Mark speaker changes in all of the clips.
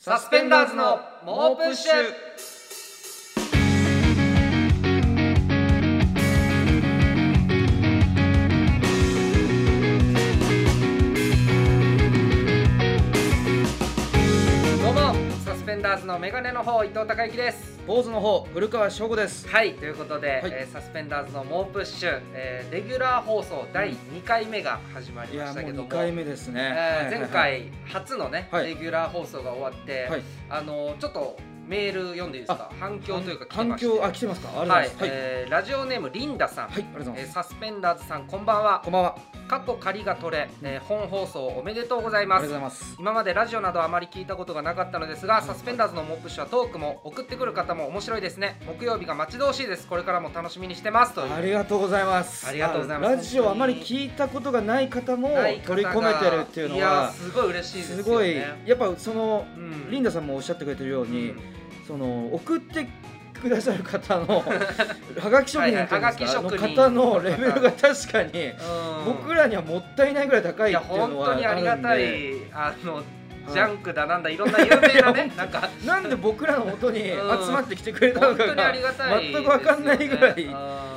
Speaker 1: サスペンダーズの猛プッシュどうもサスペンダーズのメガネの方伊藤孝之です
Speaker 2: 坊主の方古川翔吾です
Speaker 1: はいということで、
Speaker 2: はい
Speaker 1: えーサスペンダーズの猛プッシュ、えーレギュラー放送第2回目が始まり
Speaker 2: い
Speaker 1: ま
Speaker 2: や
Speaker 1: した
Speaker 2: もう
Speaker 1: けど
Speaker 2: 2
Speaker 1: も
Speaker 2: 回目ですね、
Speaker 1: えー
Speaker 2: はい
Speaker 1: 前回初のね、
Speaker 2: はい
Speaker 1: レギュラー放送が終わって、
Speaker 2: はい
Speaker 1: あのちょっとメール読んでいいですか反響というか来て
Speaker 2: 反
Speaker 1: まして
Speaker 2: 響あ来てますかありが
Speaker 1: は
Speaker 2: と
Speaker 1: いう
Speaker 2: ございますはい、
Speaker 1: えーラジオネームリンダさん、
Speaker 2: はいありがとうござい
Speaker 1: えー
Speaker 2: ます、
Speaker 1: サスペンダーズさんこんばんは
Speaker 2: こんばんはあり
Speaker 1: 過去仮が取れ、えー本放送おめでとうございま
Speaker 2: がとうご
Speaker 1: す
Speaker 2: ざいます
Speaker 1: 今までラジオなどあまり聞いたことがなかったのですがサスペンダーズのモップッシュはトークも送ってくる方も面白いですね木曜日が待ち遠しいですこれからも楽しみにしてますという
Speaker 2: ありがとうございます
Speaker 1: ありがとうございます
Speaker 2: ラジオあまり聞いたことがない方も
Speaker 1: ない方が
Speaker 2: 取り込めてるっていうの
Speaker 1: やー
Speaker 2: は
Speaker 1: すごい嬉しいですよね
Speaker 2: すごいやっぱその
Speaker 1: うん
Speaker 2: リンダさんもおっしゃってくれてるように、
Speaker 1: うん
Speaker 2: その送ってくださる方 のはがき職人っ
Speaker 1: はい
Speaker 2: ていうんですか
Speaker 1: はいはがき職人
Speaker 2: の方のレベルが確かに
Speaker 1: うん
Speaker 2: 僕らにはもったいないぐらい高い
Speaker 1: い
Speaker 2: って
Speaker 1: や
Speaker 2: いうの
Speaker 1: 本
Speaker 2: は
Speaker 1: 当
Speaker 2: あるん
Speaker 1: に
Speaker 2: で
Speaker 1: ありがたいあの
Speaker 2: い
Speaker 1: ジャンクだなんだいろんな有名な
Speaker 2: い
Speaker 1: ねな
Speaker 2: や
Speaker 1: んか
Speaker 2: なんで僕らの元に集
Speaker 1: うん
Speaker 2: まってきてくれたの
Speaker 1: 本
Speaker 2: か
Speaker 1: 当にあ
Speaker 2: が
Speaker 1: りがたいですよね
Speaker 2: 全くわかんないぐらい
Speaker 1: うん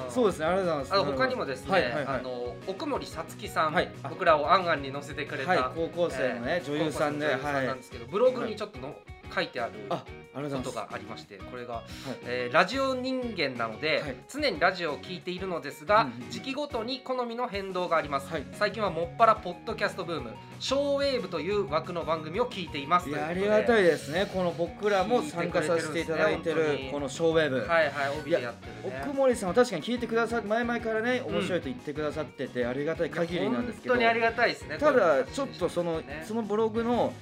Speaker 2: そうですねあり
Speaker 1: あ
Speaker 2: がとうござい
Speaker 1: の
Speaker 2: ます
Speaker 1: 他にもですね、
Speaker 2: はいはいはい
Speaker 1: あの奥森さつきさん、
Speaker 2: はいあ
Speaker 1: 僕らをアンアンに載せてくれた、
Speaker 2: はい高校生のね
Speaker 1: えー
Speaker 2: 女優さんで
Speaker 1: 高校生の女優さ
Speaker 2: はい
Speaker 1: なんですけど、ブログにちょっとの書いてある
Speaker 2: あありがと
Speaker 1: こ
Speaker 2: うご
Speaker 1: と
Speaker 2: ざい
Speaker 1: が
Speaker 2: ま
Speaker 1: ありましてこれが、えーラジオ人間なので、
Speaker 2: はい
Speaker 1: 常にラジオを聞いているのですが、
Speaker 2: うんうん
Speaker 1: 時期ごとに好みの変動があります、
Speaker 2: はい
Speaker 1: 最近はもっぱらポッドキャストブームショーウェーブという枠の番組を聞いています
Speaker 2: す
Speaker 1: と
Speaker 2: いうやあ
Speaker 1: ことで
Speaker 2: りがたいですねこの僕らも参加させていただいて
Speaker 1: 聞いてくれてるんです
Speaker 2: る
Speaker 1: ね
Speaker 2: このショーウェーブ、
Speaker 1: はいはい帯でやってるね
Speaker 2: 奥森さんは確かに聞いてくださって前々からね面白いと言ってくださっててありがたい限りなんですけど
Speaker 1: 本当にありがたいですね
Speaker 2: た
Speaker 1: こういう
Speaker 2: だ
Speaker 1: 話
Speaker 2: ちょっとその
Speaker 1: ね
Speaker 2: そのブログの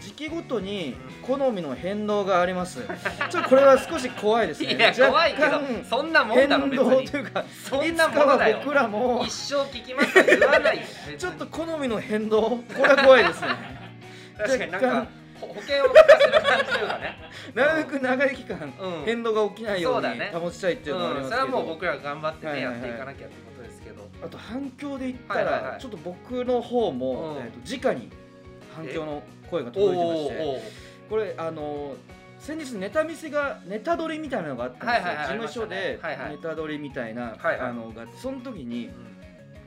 Speaker 2: 時期ごとに好みの変動がありますちょっとこれは少し怖いですね
Speaker 1: いや怖いけど
Speaker 2: 若干
Speaker 1: そんなもんだろ
Speaker 2: 変
Speaker 1: 別
Speaker 2: 動
Speaker 1: に
Speaker 2: というか
Speaker 1: そん
Speaker 2: いつ
Speaker 1: な
Speaker 2: か
Speaker 1: ものだ
Speaker 2: は
Speaker 1: よ
Speaker 2: 僕らも
Speaker 1: 一生聞きますとは言わないよ別に
Speaker 2: ちょっと好みの変動これは怖いで すね
Speaker 1: 確かになん
Speaker 2: 若
Speaker 1: か
Speaker 2: 干
Speaker 1: ほ保険を利かせる感じというかね
Speaker 2: なるべく長い期間
Speaker 1: うん
Speaker 2: 変動が起きないよ
Speaker 1: そう
Speaker 2: う
Speaker 1: だ
Speaker 2: に
Speaker 1: ね
Speaker 2: 保ちたいっていうのはあり
Speaker 1: うん、
Speaker 2: ま
Speaker 1: そ
Speaker 2: す
Speaker 1: れは
Speaker 2: け
Speaker 1: もう
Speaker 2: ど
Speaker 1: 僕ら頑張ってね、
Speaker 2: はいはいはい
Speaker 1: やっていかなきゃってことですけど
Speaker 2: あと反響で言った
Speaker 1: はいはいは
Speaker 2: ら
Speaker 1: い
Speaker 2: ちょっと僕の方も
Speaker 1: うん
Speaker 2: えーと直に反響の声が届いてまして
Speaker 1: おー
Speaker 2: これあの先日ネタ見せがネタ撮りみたいなのがあったんですよ、
Speaker 1: はいはいはい
Speaker 2: 事務所で
Speaker 1: ありましたねはいはい
Speaker 2: ネタ撮りみたいな、
Speaker 1: はいはい
Speaker 2: あのがあってその時に
Speaker 1: う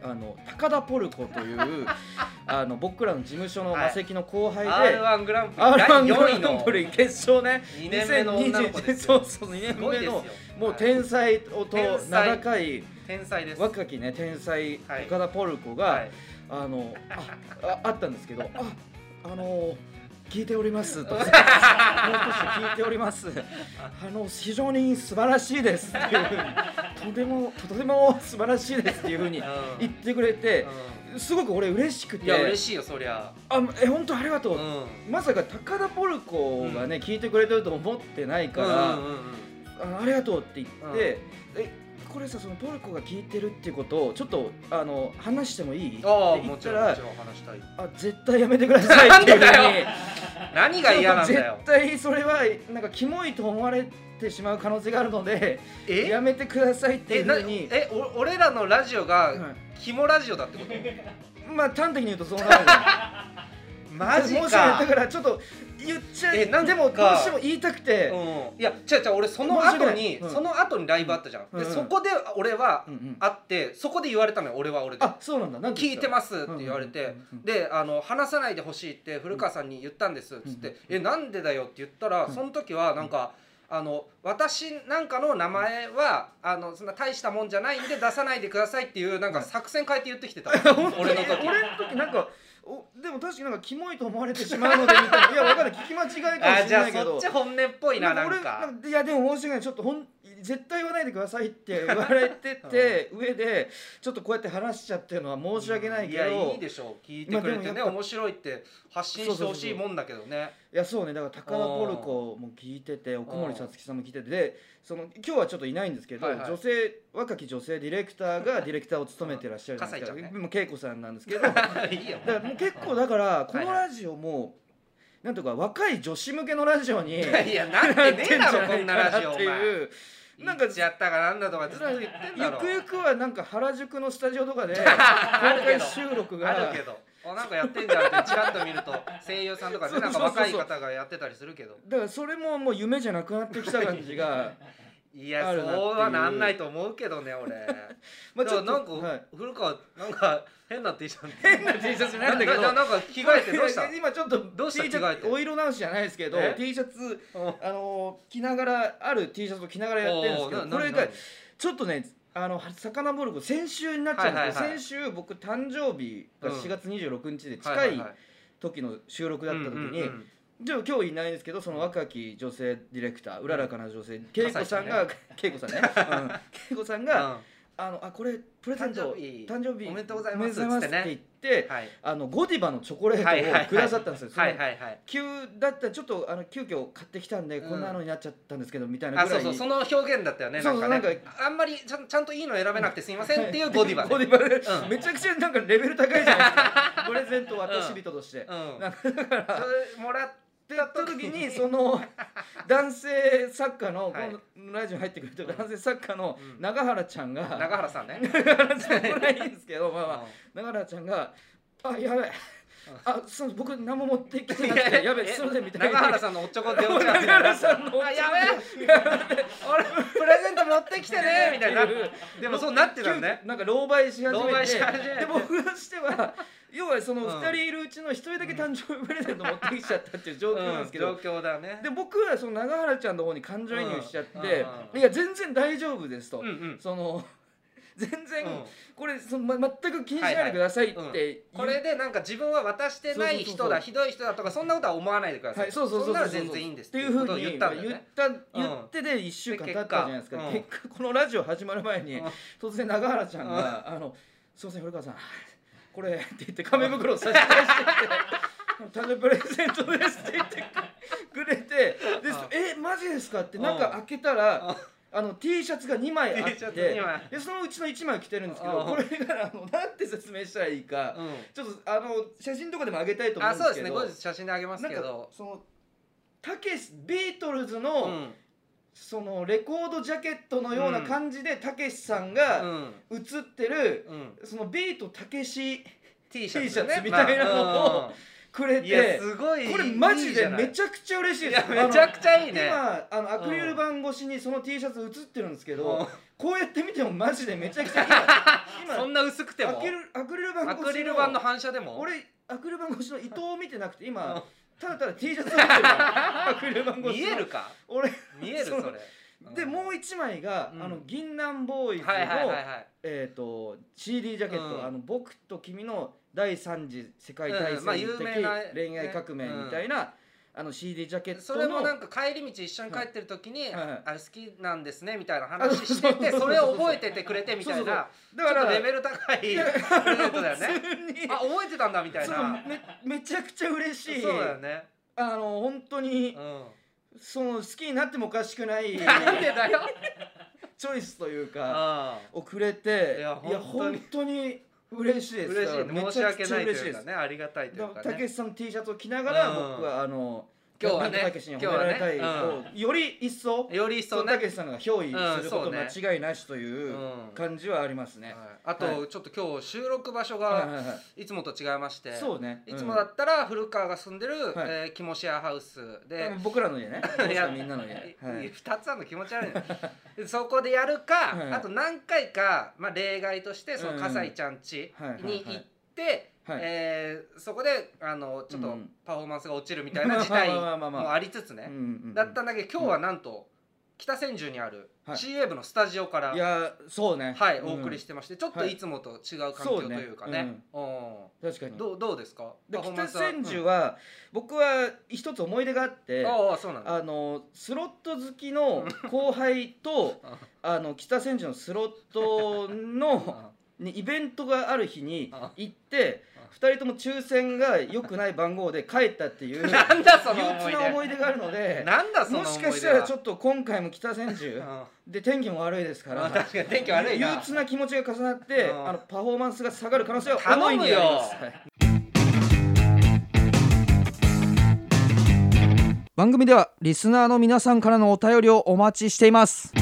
Speaker 2: あの高田ポルコという あの僕らの事務所の
Speaker 1: はい
Speaker 2: 魔石の後輩
Speaker 1: ん
Speaker 2: で、
Speaker 1: R1 グランプリ
Speaker 2: r
Speaker 1: 第
Speaker 2: 1グ
Speaker 1: 4
Speaker 2: ラ
Speaker 1: 位
Speaker 2: ン
Speaker 1: の
Speaker 2: プリ決勝ね
Speaker 1: 2年目の女の子です
Speaker 2: そ
Speaker 1: よ
Speaker 2: うそう2
Speaker 1: す
Speaker 2: 年
Speaker 1: ごいで
Speaker 2: 目
Speaker 1: すよ
Speaker 2: のもう
Speaker 1: はい
Speaker 2: 天才と
Speaker 1: 天才
Speaker 2: 名高い
Speaker 1: 天才です
Speaker 2: 若きね天才
Speaker 1: はい
Speaker 2: 高田ポルコが、
Speaker 1: はい
Speaker 2: あのあああったんですけど「ああの聞いております」 とか「もう少し聞いております」「あの非常に素晴らしいです」っていうふうに「とてもとても素晴らしいです」っていうふうに
Speaker 1: うん
Speaker 2: 言ってくれてすごく俺嬉しく
Speaker 1: うん
Speaker 2: て
Speaker 1: いや嬉しいよそりゃ
Speaker 2: あえ本当ありがと
Speaker 1: う
Speaker 2: う」
Speaker 1: ん
Speaker 2: まさか高田ポルコがね、聞いてくれてると思ってないから「
Speaker 1: うんうんうんうん
Speaker 2: あのありがとう」って言って、えこれさそのポルコが聞いてるってことをちょっとあの話してもいいって
Speaker 1: ああ
Speaker 2: 言
Speaker 1: も
Speaker 2: っ
Speaker 1: ち
Speaker 2: た
Speaker 1: ろんも
Speaker 2: ら
Speaker 1: ちろん話したい
Speaker 2: あ絶対やめてくださいってい
Speaker 1: なんで
Speaker 2: うふうに
Speaker 1: だよ何が嫌なんだよ
Speaker 2: 絶対それはなんかキモいと思われてしまう可能性があるので
Speaker 1: え
Speaker 2: やめてくださいってい
Speaker 1: え
Speaker 2: う
Speaker 1: な
Speaker 2: ふうに
Speaker 1: えお俺らのラジオが
Speaker 2: は
Speaker 1: キモラジオだってこと
Speaker 2: いまあ端的に言うとそうなる
Speaker 1: マジ
Speaker 2: もしだ
Speaker 1: か
Speaker 2: からちょっと言っちゃ
Speaker 1: え
Speaker 2: い
Speaker 1: なんか
Speaker 2: でもどうしても言いたくて、
Speaker 1: うんいや違う違う俺その後に
Speaker 2: 申し訳ないうん
Speaker 1: その後にライブあったじゃんで
Speaker 2: うんうん
Speaker 1: そこで俺は
Speaker 2: うんうん
Speaker 1: 会ってそこで言われたのよ俺は俺で
Speaker 2: あそうなんだなん
Speaker 1: 聞いて
Speaker 2: す
Speaker 1: ますって言われ
Speaker 2: うんうん
Speaker 1: て
Speaker 2: うんうん
Speaker 1: であの話さないでほしいって古川さんに言ったんですっつっ
Speaker 2: うん
Speaker 1: て「えなんでだよ」って言ったら
Speaker 2: うん
Speaker 1: その時はなんか。あの私なんかの名前はあのそんな大したもんじゃないんで出さないでくださいっていうなんか作戦変えて言ってきて た俺の時
Speaker 2: 俺の時なんかおでも確かになんかキモいと思われてしまうのでみたい ないや分かんない聞き間違いかも
Speaker 1: あ
Speaker 2: し
Speaker 1: じ
Speaker 2: れ
Speaker 1: ゃ
Speaker 2: な
Speaker 1: あ
Speaker 2: いけ
Speaker 1: そ
Speaker 2: ど
Speaker 1: っち本音っぽいななん
Speaker 2: 俺
Speaker 1: か
Speaker 2: いやでも申し訳ないちょっとほん絶対言わないでくださいって言われてて上でちょっとこうやって話しちゃってるのは申し訳ないけど、
Speaker 1: や
Speaker 2: い
Speaker 1: い
Speaker 2: や
Speaker 1: いでしょう聞いてくれ
Speaker 2: まあ
Speaker 1: て
Speaker 2: でも
Speaker 1: ね
Speaker 2: やっぱ
Speaker 1: 面白いって発信してほしいもんだけどね
Speaker 2: そうねだから高田ポルコも聞いてて奥森さつきさんも聞いててでその今日はちょっといないんですけど、
Speaker 1: はいはい
Speaker 2: 女性若き女性ディレクターがディレクターを務めてらっしゃるじゃないですか
Speaker 1: 葛西ちゃん
Speaker 2: もう恵子さんなんですけどだか
Speaker 1: いいよ
Speaker 2: らもう結構だからこ
Speaker 1: はい
Speaker 2: のラジオもなんとか若い女子向けのラジオ
Speaker 1: い
Speaker 2: に
Speaker 1: やいやなってねえだろこんなラジオ
Speaker 2: っ
Speaker 1: お
Speaker 2: て
Speaker 1: 前
Speaker 2: いう
Speaker 1: なんかやったかなんだとかずっと言ってんだ
Speaker 2: ゆ
Speaker 1: ろ
Speaker 2: くゆくはなんか原宿のスタジオとかで公
Speaker 1: あるけ
Speaker 2: 開
Speaker 1: ど
Speaker 2: 収録
Speaker 1: あ
Speaker 2: が
Speaker 1: るけどあなんかやってんじゃんってちらっと見ると声優さんとか ねなんか若い方がやってたりするけど
Speaker 2: だからそれももう夢じゃなくなってきた感じ が
Speaker 1: いや
Speaker 2: あるなっていう
Speaker 1: そうはなんないと思うけ どね俺
Speaker 2: まあ
Speaker 1: じゃあなんか、
Speaker 2: はい
Speaker 1: 古川なんか変な T シャツ
Speaker 2: 変な T シャツじゃないんだけ ど
Speaker 1: じゃあなんか着替えてどう した
Speaker 2: 今ちょっと
Speaker 1: どうした
Speaker 2: T シ
Speaker 1: 着替
Speaker 2: ャ
Speaker 1: え
Speaker 2: ツ
Speaker 1: て
Speaker 2: お色直しじゃないですけど
Speaker 1: え
Speaker 2: T シャツ
Speaker 1: うん
Speaker 2: あのー着ながらある T シャツを着ながらやってるんですけど
Speaker 1: おーな
Speaker 2: これ
Speaker 1: な
Speaker 2: が
Speaker 1: な
Speaker 2: ちょっとねあの魚ボルコ先週になっちゃうんで
Speaker 1: はい
Speaker 2: すけど、
Speaker 1: はいはい
Speaker 2: 先週僕誕生日が
Speaker 1: うん
Speaker 2: 4月26日
Speaker 1: は
Speaker 2: で近
Speaker 1: はいは
Speaker 2: 時の収録だった時に、
Speaker 1: うんうんうん
Speaker 2: じゃあ今日いないんですけどその若き女性ディレクターうららかな女性恵子さんが恵子さん ねうん恵子さんが、あのあこれプレゼント
Speaker 1: 誕生日
Speaker 2: 誕生日
Speaker 1: おめでとうございます
Speaker 2: おめでとうございま
Speaker 1: つっ
Speaker 2: すってて言
Speaker 1: ね
Speaker 2: って、
Speaker 1: はい
Speaker 2: あのゴディバのチョコレ
Speaker 1: はいはいは
Speaker 2: ート
Speaker 1: い
Speaker 2: をくださったんですよ、
Speaker 1: はいはいはい
Speaker 2: 急だったらちょっとあの急遽買ってきたんで、
Speaker 1: うん
Speaker 2: こんなのになっちゃったんですけどみたいな
Speaker 1: あ
Speaker 2: ぐら
Speaker 1: そ
Speaker 2: いう
Speaker 1: そうその表現だったよね
Speaker 2: そ
Speaker 1: な
Speaker 2: うんそ
Speaker 1: か
Speaker 2: う
Speaker 1: ね
Speaker 2: なん
Speaker 1: あんまりちゃんちゃんといいの選べなくてすみませんっていうゴディバ
Speaker 2: ゴ
Speaker 1: で
Speaker 2: ディバで、
Speaker 1: うん
Speaker 2: めちゃくちゃなんかレベル高いじゃないで すかプレゼント渡し人として、
Speaker 1: うん
Speaker 2: なん
Speaker 1: それもらっ
Speaker 2: でやった時 にその男性作家の、
Speaker 1: はい
Speaker 2: このラジオに入ってくれてる男性作家の
Speaker 1: うん
Speaker 2: 永原ちゃんが、
Speaker 1: た永原さんね
Speaker 2: そ こらいいんですけどまあまあ
Speaker 1: う
Speaker 2: 永原ちゃんが「あやべえあすいません僕何も持ってきてなくてやべえすいません」みたいな
Speaker 1: 永原さんのおっちょこでおっちゃんみたい
Speaker 2: 永 原
Speaker 1: な
Speaker 2: さんの
Speaker 1: あやべえ俺プレゼント持ってきてね みたいなでもそうなってたのね
Speaker 2: 急遽なんか狼狽し始
Speaker 1: 狼狽
Speaker 2: めて
Speaker 1: し始めて
Speaker 2: で僕として は要はその
Speaker 1: うん
Speaker 2: 2人いるうちの1人だけ誕生日プレゼント持ってきちゃったっていう状況なんですけど、
Speaker 1: うん状況だね
Speaker 2: で僕はその永原ちゃんの方に感情移入しちゃって
Speaker 1: うん
Speaker 2: 「いや全然大丈夫です」と
Speaker 1: うんうん
Speaker 2: その全然
Speaker 1: うん
Speaker 2: これそのま全く気にしないでくださいって
Speaker 1: はいはい
Speaker 2: 言う
Speaker 1: これでなんか自分は渡してない人だひどい人だとかそんなことは思わないでくださ
Speaker 2: はいい、そうそうそ
Speaker 1: そん
Speaker 2: うそ
Speaker 1: な
Speaker 2: う
Speaker 1: ら全然いいんです
Speaker 2: っていうふ
Speaker 1: こと
Speaker 2: う
Speaker 1: を
Speaker 2: に
Speaker 1: 言っ
Speaker 2: 言ったた
Speaker 1: んだよ
Speaker 2: 言っ
Speaker 1: ね
Speaker 2: た言ってで1週間経ったじゃないですか
Speaker 1: で
Speaker 2: 結
Speaker 1: 結
Speaker 2: 果このラジオ始まる前に
Speaker 1: うん
Speaker 2: 突然永原ちゃんが「あのすいません古川さんこれ」って言って紙袋を差し出してきて「誕生日プレゼントです」って言ってくれてで
Speaker 1: うん
Speaker 2: 「えマジですか?」ってなんか開けたら。あの T シャツが2枚あっ
Speaker 1: T シ
Speaker 2: て
Speaker 1: ャツ2枚
Speaker 2: でそのうちの1枚着てるんですけ
Speaker 1: う
Speaker 2: ど
Speaker 1: ん
Speaker 2: これがあのなんて説明したらいいか
Speaker 1: うん
Speaker 2: ちょっとあの写真とかでも上げたいと思う
Speaker 1: あ
Speaker 2: んで
Speaker 1: そう
Speaker 2: す
Speaker 1: ですね
Speaker 2: けど
Speaker 1: 後日写真であげますけ
Speaker 2: なんか
Speaker 1: ど
Speaker 2: そのたけしビートルズ
Speaker 1: う
Speaker 2: の、
Speaker 1: ん
Speaker 2: そのレコードジャケットのような感じでたけしさんが
Speaker 1: うん
Speaker 2: 映ってる、
Speaker 1: うん
Speaker 2: そのビートたけし
Speaker 1: T シャツね
Speaker 2: T シャツみたいなのを
Speaker 1: まあ
Speaker 2: く
Speaker 1: う
Speaker 2: れ
Speaker 1: んいや
Speaker 2: て
Speaker 1: すごい
Speaker 2: これマジでめ
Speaker 1: ゃ
Speaker 2: ちゃくちゃ嬉しい
Speaker 1: い
Speaker 2: です
Speaker 1: やめちゃくちゃいいね
Speaker 2: 今あのアクリル板越しにその T シャツ映ってるんですけ
Speaker 1: うん
Speaker 2: どこうやって見てもマジで めちゃくちゃ今
Speaker 1: そんな薄くて
Speaker 2: 今
Speaker 1: も
Speaker 2: アクリルアクリル板
Speaker 1: ア
Speaker 2: 越し
Speaker 1: クリル板の反射でも
Speaker 2: 俺アクリル板越しの伊藤を見てなくて
Speaker 1: う
Speaker 2: 今
Speaker 1: ん
Speaker 2: ただただ T シャツを見て るからアクリル板越しの
Speaker 1: 見えるか
Speaker 2: 俺
Speaker 1: 見えるそ
Speaker 2: そ
Speaker 1: れ
Speaker 2: のでもう
Speaker 1: 一
Speaker 2: 一枚が、
Speaker 1: うん
Speaker 2: あの銀杏ボーイズの、
Speaker 1: はいはいはいはい
Speaker 2: えー、と CD ジャケット、
Speaker 1: うん
Speaker 2: あの僕と君の第三次世界大
Speaker 1: うんまあ
Speaker 2: 戦
Speaker 1: 有
Speaker 2: 的
Speaker 1: 名なね
Speaker 2: 恋愛革命みたいな、あの CD ジャケット
Speaker 1: そ
Speaker 2: の
Speaker 1: れもなんか帰り道一緒に帰ってる時に「
Speaker 2: はいはい
Speaker 1: あれ好きなんですね」みたいな話してて
Speaker 2: あそうそうそうそう
Speaker 1: それを覚えててくれてみたいな
Speaker 2: だか
Speaker 1: ちょっ
Speaker 2: ら
Speaker 1: とレベル高い プレゼントだよね
Speaker 2: 普通に
Speaker 1: あ覚えてたんだみたい
Speaker 2: そう
Speaker 1: な
Speaker 2: めめちゃくちゃ嬉しい
Speaker 1: そうだよね
Speaker 2: あの本当に、
Speaker 1: う
Speaker 2: その好きになってもおかしく な い
Speaker 1: んなんでだよ
Speaker 2: チョイスというか
Speaker 1: あ
Speaker 2: をくれて
Speaker 1: い
Speaker 2: い
Speaker 1: や
Speaker 2: や本当に嬉しいです
Speaker 1: 嬉し
Speaker 2: だから
Speaker 1: いね
Speaker 2: め
Speaker 1: 申
Speaker 2: ち
Speaker 1: し
Speaker 2: ゃく
Speaker 1: 訳
Speaker 2: ちゃ
Speaker 1: ないと
Speaker 2: 嬉しい
Speaker 1: い
Speaker 2: で
Speaker 1: う
Speaker 2: す
Speaker 1: かねありがたいとい
Speaker 2: だ
Speaker 1: う
Speaker 2: から
Speaker 1: か
Speaker 2: たけ
Speaker 1: ね
Speaker 2: しさんの T シャツを着ながら
Speaker 1: うん
Speaker 2: 僕はあの
Speaker 1: 今日はね
Speaker 2: ビートたけしに褒められたい
Speaker 1: 今日は
Speaker 2: をより一層
Speaker 1: より一
Speaker 2: そ
Speaker 1: 層
Speaker 2: のた
Speaker 1: ね
Speaker 2: けしさんが憑
Speaker 1: うん
Speaker 2: 依すること間違いなしという
Speaker 1: うん
Speaker 2: 感じはありますね。
Speaker 1: はいあ
Speaker 2: は
Speaker 1: とちょっと今日収録場所
Speaker 2: はい
Speaker 1: が
Speaker 2: はいはい
Speaker 1: つもと違いまして
Speaker 2: いそうね。
Speaker 1: いつもだ
Speaker 2: っ
Speaker 1: ったら古川が住んでる
Speaker 2: はい
Speaker 1: えーキモシェアハウスで
Speaker 2: 僕らの家 ね。
Speaker 1: いや
Speaker 2: みんなの家。はい
Speaker 1: いいや二つあるの気持ち悪 いねそこでやるか、
Speaker 2: はい
Speaker 1: あと何回か、まあ、例外としてその
Speaker 2: うん
Speaker 1: 笠井ちゃん家
Speaker 2: はいはい
Speaker 1: に行って、
Speaker 2: はい
Speaker 1: えーそこであのちょっ
Speaker 2: う
Speaker 1: と
Speaker 2: ん
Speaker 1: パフォーマンスが落ちるみたいな事態
Speaker 2: まあまあまあまあ
Speaker 1: もありつつね、
Speaker 2: うんうんうん
Speaker 1: だったんだけど今日はなんと、北千住にある
Speaker 2: はい
Speaker 1: C ウェーブのスタジオから、
Speaker 2: い
Speaker 1: はい
Speaker 2: やそうね。。
Speaker 1: お送りしててましてちょっと
Speaker 2: はい
Speaker 1: いつもと違う環境というかね
Speaker 2: 確か
Speaker 1: うん
Speaker 2: に。
Speaker 1: どうどうですか
Speaker 2: で
Speaker 1: パフォーマン
Speaker 2: 北
Speaker 1: スは
Speaker 2: 千住は僕は一つ思い出があっ
Speaker 1: う
Speaker 2: て
Speaker 1: ん。ああそうなんだ
Speaker 2: あのスロット好きの後輩 と
Speaker 1: あ
Speaker 2: あの北千住のスロット のにイベントがある日に
Speaker 1: あ
Speaker 2: 行って
Speaker 1: あ
Speaker 2: 2人とも抽選が良くない番号で帰ったっていう憂
Speaker 1: なんだ その思
Speaker 2: 鬱
Speaker 1: い出
Speaker 2: な思い出があるので
Speaker 1: なん だその
Speaker 2: も
Speaker 1: 思い
Speaker 2: し
Speaker 1: 出は
Speaker 2: かしたらちょっと今回も北千住
Speaker 1: うん
Speaker 2: で天気も悪いですか
Speaker 1: まあ
Speaker 2: ら
Speaker 1: 確かに天気悪い
Speaker 2: 憂
Speaker 1: な
Speaker 2: 鬱な気持ちが重なって
Speaker 1: うん
Speaker 2: あのパフォーマンスが下がる可能性は
Speaker 1: 頼むよ
Speaker 2: 大いにありますはい番組ではリスナーの皆さんからのお便りをお待ちしています